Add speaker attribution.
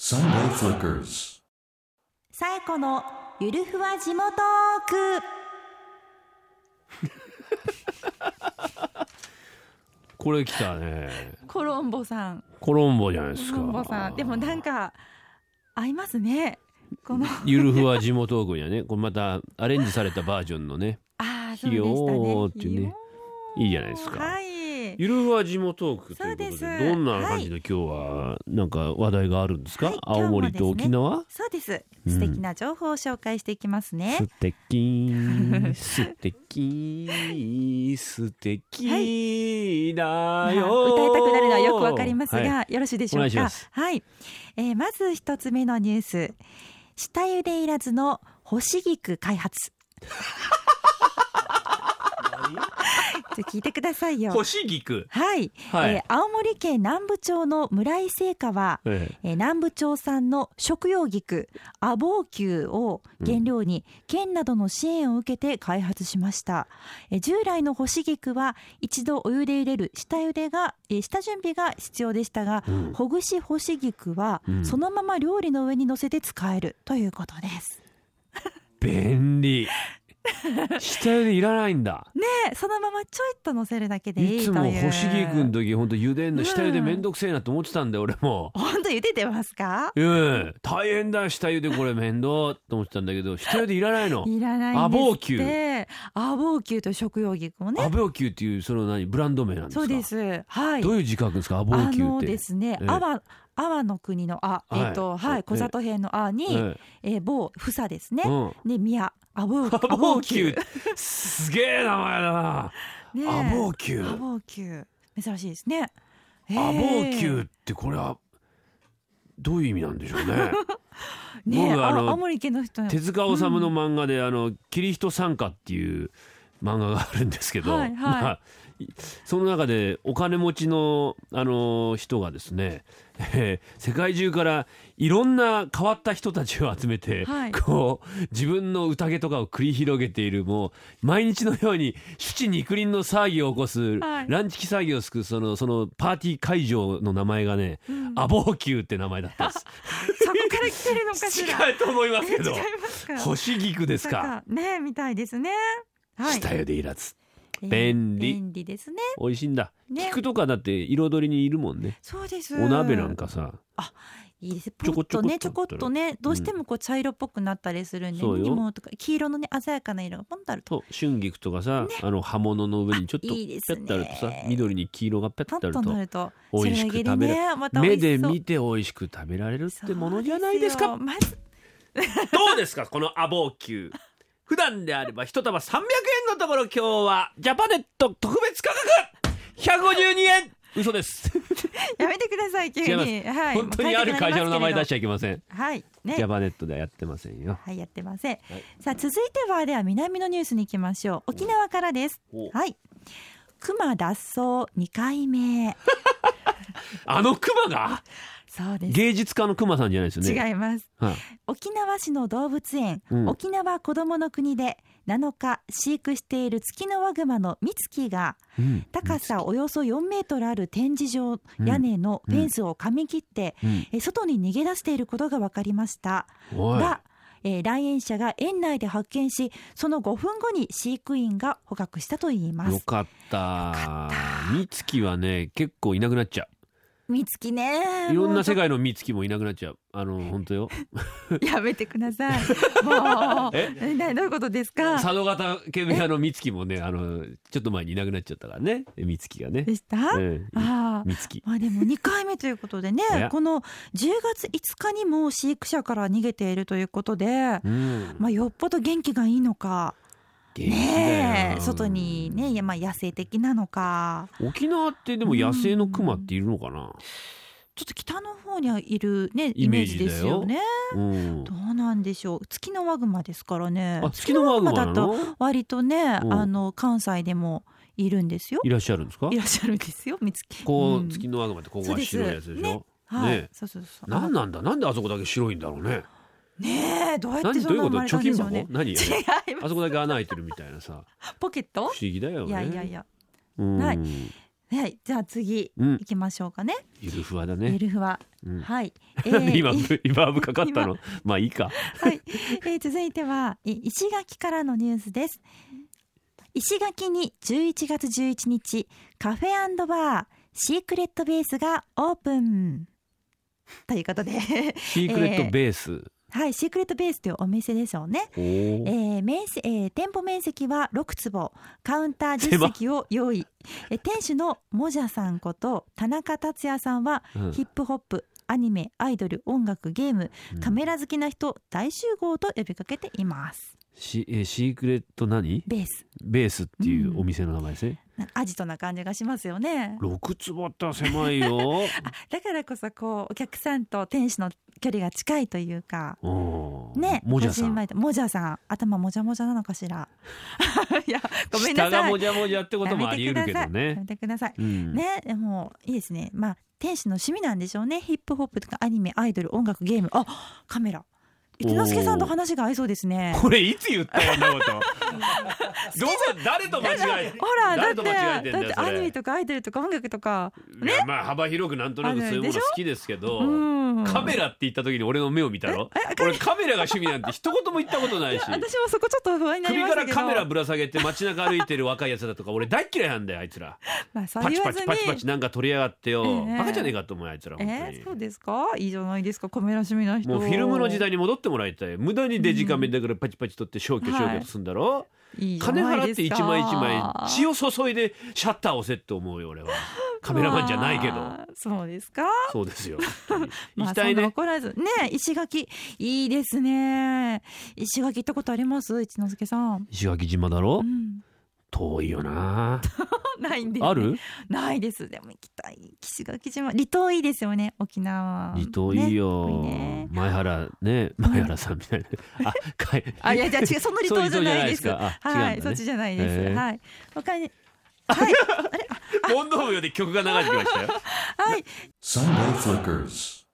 Speaker 1: Sunday Flickers.
Speaker 2: さえこのゆるふわ地元トーク
Speaker 3: これ来たね。
Speaker 2: コロンボさん
Speaker 3: コロンボじゃないです
Speaker 2: コロンボさ
Speaker 3: か
Speaker 2: ん。でもなんか合いますねこの
Speaker 3: ゆるふわ地元トークにはね、これまたアレンジされたバージョンのね、
Speaker 2: ああそうでした
Speaker 3: ひよ
Speaker 2: ね
Speaker 3: ーってね
Speaker 2: ひよー
Speaker 3: いいじゃないですか
Speaker 2: はい
Speaker 3: ゆるふわ地元トークということ
Speaker 2: そう
Speaker 3: で、
Speaker 2: です
Speaker 3: どんな感じの今日はなんか話題があるんですか？
Speaker 2: はい
Speaker 3: 青森と沖縄？
Speaker 2: そうです
Speaker 3: うん
Speaker 2: 素敵な情報を紹介していきますね、
Speaker 3: 素敵素敵素敵
Speaker 2: ま
Speaker 3: だ
Speaker 2: あ
Speaker 3: よ、
Speaker 2: 歌いたくなるのはよくわかりますが、
Speaker 3: は
Speaker 2: よろしいでしょ
Speaker 3: お願
Speaker 2: う
Speaker 3: いし
Speaker 2: か
Speaker 3: ます
Speaker 2: はい、えーまず一つ目のニュース下茹でいらずの干し菊開 発ちょ聞いてくださいよ
Speaker 3: 星菊
Speaker 2: はい、
Speaker 3: はい
Speaker 2: えー青森県南部町の村井製菓は、
Speaker 3: ええ
Speaker 2: えー南部町産の食用菊アボウキュウを原料に県などの支援を受けて開発しました、えー従来の干し菊は一度お湯で茹でる下茹でが、えー下準備が必要でしたが、
Speaker 3: うん
Speaker 2: ほぐし干し菊は
Speaker 3: うん
Speaker 2: そのまま料理の上に乗せて使えるということです、
Speaker 3: 便利下茹でいらないんだ
Speaker 2: ねそのままちょいっと乗せるだけでいい
Speaker 3: い
Speaker 2: という
Speaker 3: つも星木君の時ほんと茹でん
Speaker 2: う
Speaker 3: の
Speaker 2: ん
Speaker 3: 下茹でめんどくせえなと思ってたんだよ俺も。
Speaker 2: 本当茹でてますか
Speaker 3: うん、大変だ下茹でこれ面倒と思ってたんだけど下茹でいらないの。
Speaker 2: いらないんですってアボウキュウという食用菊を
Speaker 3: ア
Speaker 2: ね
Speaker 3: ボウキューっていうその何ブランド名なんですか
Speaker 2: そうですはい
Speaker 3: どういう字書くんですかアボウ
Speaker 2: あ
Speaker 3: キューっ
Speaker 2: の
Speaker 3: て。
Speaker 2: ですね、
Speaker 3: ええ
Speaker 2: 阿波阿波の国のあ、
Speaker 3: はい
Speaker 2: えっ、とはい小里編のあに、え
Speaker 3: え
Speaker 2: ー某房ですね
Speaker 3: え、うん
Speaker 2: で宮阿 波
Speaker 3: アボウキューすげえ名前だな。
Speaker 2: ね
Speaker 3: アボウ
Speaker 2: ウ
Speaker 3: キュ
Speaker 2: 阿
Speaker 3: ー。
Speaker 2: 波宮珍しいですね、えー
Speaker 3: アボウキューってこれはどういう意味なんでしょうね。
Speaker 2: ね
Speaker 3: 僕
Speaker 2: あ
Speaker 3: あの
Speaker 2: 青森県の人
Speaker 3: 手塚治虫の漫画で、あのキリヒト傘下っていう漫画があるんですけど、
Speaker 2: はいはい
Speaker 3: まあいその中でお金持ちのあの人がですね、えー世界中からいろんな変わった人たちを集めて、
Speaker 2: はい
Speaker 3: こう自分の宴とかを繰り広げているもう毎日のように主治肉林の騒ぎを起こす、
Speaker 2: はい
Speaker 3: ランチキ騒ぎをすくそのそのパーティー会場の名前がね、
Speaker 2: うん
Speaker 3: アボーキューって名前だったん です。
Speaker 2: そこから来てるのかしら
Speaker 3: 違うと思いますけど。
Speaker 2: 違いますか
Speaker 3: 星菊ですか。
Speaker 2: ねみたいですねはい
Speaker 3: 下茹でいらず。
Speaker 2: えー
Speaker 3: 便利
Speaker 2: 便利ですね
Speaker 3: 美味しいんだ。
Speaker 2: ね
Speaker 3: 菊とかだって彩りにいるもんね。
Speaker 2: そうです
Speaker 3: お鍋なんかさ、
Speaker 2: いいです
Speaker 3: ち
Speaker 2: ポ
Speaker 3: ょこ
Speaker 2: ッ
Speaker 3: ち
Speaker 2: と
Speaker 3: ょこっと
Speaker 2: ねちょこっとねどうしてもこう茶色っぽくなったりするんで、
Speaker 3: そうよ
Speaker 2: 芋とか黄色のね鮮やかな色がポンとあると
Speaker 3: と春菊とかさ、あの葉物の上にちょっと
Speaker 2: あいいです
Speaker 3: ペ
Speaker 2: ね
Speaker 3: ッとあるとさ、緑に黄色がペッ
Speaker 2: ポ
Speaker 3: と
Speaker 2: ン
Speaker 3: ある
Speaker 2: と
Speaker 3: と
Speaker 2: なると
Speaker 3: 美味しく食
Speaker 2: そ
Speaker 3: べれ
Speaker 2: れだけでねまた美
Speaker 3: 目
Speaker 2: 味し
Speaker 3: で
Speaker 2: そう
Speaker 3: 見て美味しく食べられるってものじゃないです
Speaker 2: そ
Speaker 3: か。
Speaker 2: うです よ
Speaker 3: どうですかこのアボーキュー。普段であれば一束300円のところ今日はジャパネット特別価格152円。嘘です。
Speaker 2: まずやめてください急に、
Speaker 3: 違
Speaker 2: はい、
Speaker 3: 本当にある会社の名前出し
Speaker 2: し
Speaker 3: ちゃいけません。
Speaker 2: はい
Speaker 3: ジャ
Speaker 2: ね
Speaker 3: パネットではやってませんよ。
Speaker 2: はいやってません、
Speaker 3: い
Speaker 2: さあ続いてはでは南のニュースに行きましょう沖縄からです
Speaker 3: お
Speaker 2: はい熊脱走二回目
Speaker 3: あのクマが
Speaker 2: そうです
Speaker 3: 芸術家のクマさんじゃないですよね。
Speaker 2: 違います
Speaker 3: はい
Speaker 2: 沖縄市の動物園、
Speaker 3: うん
Speaker 2: 沖縄こどもの国で7日飼育しているツキノワグマのミツキが
Speaker 3: うん
Speaker 2: 高さおよそ4メートルある展示場
Speaker 3: ん
Speaker 2: 屋根のフェンスを噛み切って、
Speaker 3: うん
Speaker 2: え外に逃げ出していることが分かりました
Speaker 3: おい
Speaker 2: が、えー来園者が園内で発見しその5分後に飼育員が捕獲したといいま
Speaker 3: よ
Speaker 2: す
Speaker 3: かった。ミツキはね、結構いなくなっちゃ
Speaker 2: ミツキね
Speaker 3: う。いろん
Speaker 2: も
Speaker 3: な
Speaker 2: うちょ
Speaker 3: 世界のミツキもいなくなっちゃう。あの、本当よ。
Speaker 2: やめてくだ さいもう
Speaker 3: え
Speaker 2: え な どういうことですか
Speaker 3: 佐渡型ケ部屋のミツキもね、あの、ちょっと前にいなくなっちゃったからね。ミツキがね。
Speaker 2: でした、
Speaker 3: うん
Speaker 2: ああ
Speaker 3: ミツキ。
Speaker 2: まあでも2回目ということでね
Speaker 3: いや
Speaker 2: この10月5日にも飼育者から逃げているということで、
Speaker 3: うん。
Speaker 2: まあ、よっぽど元気がいいのか、
Speaker 3: 元気だ
Speaker 2: ね
Speaker 3: よ
Speaker 2: え、外にね、いやまあ、野生的なのか
Speaker 3: 沖縄ってでも野生のクマっているのかな。
Speaker 2: ちょっと北の方にはいる、ね、イ
Speaker 3: イ
Speaker 2: メ
Speaker 3: メ
Speaker 2: ー
Speaker 3: ー
Speaker 2: ジ
Speaker 3: ジ
Speaker 2: ですよね。
Speaker 3: うん
Speaker 2: ど。うなんでしょう月のワグマですからね
Speaker 3: あ、月のワグマな
Speaker 2: 月のワグマだと
Speaker 3: の。
Speaker 2: 割とね
Speaker 3: うん
Speaker 2: あの関西でもいるんですよ
Speaker 3: いらっしゃるんですか
Speaker 2: い。らっしゃるんですよ見つけ
Speaker 3: こ
Speaker 2: うん
Speaker 3: う、月のワグマってここ
Speaker 2: そう
Speaker 3: が
Speaker 2: です
Speaker 3: 白いやつでし
Speaker 2: ね
Speaker 3: ょ。
Speaker 2: はい、
Speaker 3: ね
Speaker 2: そうそうそう
Speaker 3: なんなんだなんであそこだけ白いんだろうね
Speaker 2: ねえどうやって
Speaker 3: 何
Speaker 2: そ
Speaker 3: どうんいう
Speaker 2: な
Speaker 3: こ
Speaker 2: 生
Speaker 3: と
Speaker 2: まれたんでしょう
Speaker 3: 貯金箱、
Speaker 2: ね
Speaker 3: 何
Speaker 2: 違います
Speaker 3: あそこだけ穴開いてるみたいなさ
Speaker 2: ポケッ
Speaker 3: 不
Speaker 2: ト
Speaker 3: 思議だよね
Speaker 2: いやいやいや
Speaker 3: うん
Speaker 2: ないはい、じゃあ次、
Speaker 3: うん
Speaker 2: 行きましょうかね。
Speaker 3: ゆるふわだ
Speaker 2: エ
Speaker 3: ね。
Speaker 2: ルフは、
Speaker 3: うん
Speaker 2: はい。え
Speaker 3: なんで
Speaker 2: ー
Speaker 3: 今、リバーブかかったのまあいいか。
Speaker 2: はい、えー続いてはい石垣からのニュースです石垣に11月11日カフェバーシークレットベースがオープンということで
Speaker 3: シークレットベース。
Speaker 2: はいシークレットベースというお店でしょうね
Speaker 3: お
Speaker 2: え
Speaker 3: ー
Speaker 2: ー面積えー店舗面積は6坪カウンター10席を用意えー店主のもじゃさんこと田中達也さんは
Speaker 3: うん
Speaker 2: ヒップホップアニメアイドル音楽ゲームカメラ好きな人大集合と呼びかけています
Speaker 3: シえーシークレット何
Speaker 2: ベース
Speaker 3: ベースってい
Speaker 2: ん
Speaker 3: うお店の名前ですね。
Speaker 2: なアジトな感じがしますよね
Speaker 3: 6坪あったら狭いよ。
Speaker 2: だからこそこうお客さんと店主の距離が近いというか
Speaker 3: うん
Speaker 2: ね
Speaker 3: もじゃさ
Speaker 2: こじ
Speaker 3: ん。
Speaker 2: まりともじゃさん頭もじゃもじゃなのかしら いやごめんな
Speaker 3: 下が
Speaker 2: さい
Speaker 3: もじゃもじゃってこともあり得るけど
Speaker 2: や
Speaker 3: ね。
Speaker 2: めてください
Speaker 3: うん
Speaker 2: ねでもいいですねまあ店主の趣味なんでしょうねヒップホップとかアニメアイドル音楽ゲームあカメラ一之輔さんと話が合いそうですね
Speaker 3: これいつ言ったよ、そ んなこと。どこ、誰と間違え
Speaker 2: ほらだって
Speaker 3: 誰と間違えてん
Speaker 2: だっ
Speaker 3: だよ
Speaker 2: て
Speaker 3: それ
Speaker 2: アニメとかアイドルとか音楽とか
Speaker 3: いやまあ幅広くなんとなくそういうもの好きですけど、
Speaker 2: うん
Speaker 3: カメラって言った時に俺の目を見たろ俺カメラが趣味なんて一言も言ったことないし
Speaker 2: 私もそこちょっと不安になり
Speaker 3: 首
Speaker 2: まし
Speaker 3: か
Speaker 2: た
Speaker 3: ら
Speaker 2: けど
Speaker 3: カメラぶら下げて街中歩いてる若いやつだとか俺大っ嫌いなんだよあいつら
Speaker 2: まあ、そう
Speaker 3: パチ
Speaker 2: 言わ
Speaker 3: パ
Speaker 2: ず
Speaker 3: チ
Speaker 2: に
Speaker 3: パチパチなんか取りやがってよ、
Speaker 2: ええ
Speaker 3: バカじゃねえかと思うよあいつら本当に、
Speaker 2: えーそうですかいいじゃないですかカメラ趣味な人
Speaker 3: もうフィルムの時代に戻ってもらいたい無駄にデジカメだからパチパチ取って消去消去とすんだろ、
Speaker 2: いいじゃ
Speaker 3: 金
Speaker 2: ない
Speaker 3: 払
Speaker 2: で
Speaker 3: って
Speaker 2: す
Speaker 3: 一
Speaker 2: か
Speaker 3: 枚一枚血を注いでシャッター押せって思うよ俺はカメラマンじゃないけど
Speaker 2: まあそうですか
Speaker 3: そうで すよ本当に
Speaker 2: ま
Speaker 3: 行
Speaker 2: あそ
Speaker 3: きた
Speaker 2: ん
Speaker 3: い
Speaker 2: な
Speaker 3: ね
Speaker 2: 怒らずねえ石垣いいですね石垣行ったことあります一之輔さん、
Speaker 3: 石垣島だろ
Speaker 2: うん、
Speaker 3: 遠いよな
Speaker 2: ないんです、
Speaker 3: ある
Speaker 2: ないですでも行きたい石垣島離島いいですよね沖縄
Speaker 3: 離島いいよ、
Speaker 2: ね
Speaker 3: 前原ね前原さんみたいなあかい
Speaker 2: あいやいや違うその離島じゃないです
Speaker 3: そういう離島じゃないですかあ
Speaker 2: は
Speaker 3: 違
Speaker 2: い
Speaker 3: うんだね
Speaker 2: そっちじゃないです、
Speaker 3: へえ
Speaker 2: はい他に
Speaker 3: 問答無用で曲が流れてきましたよ
Speaker 2: はい
Speaker 1: Sunday Flickers.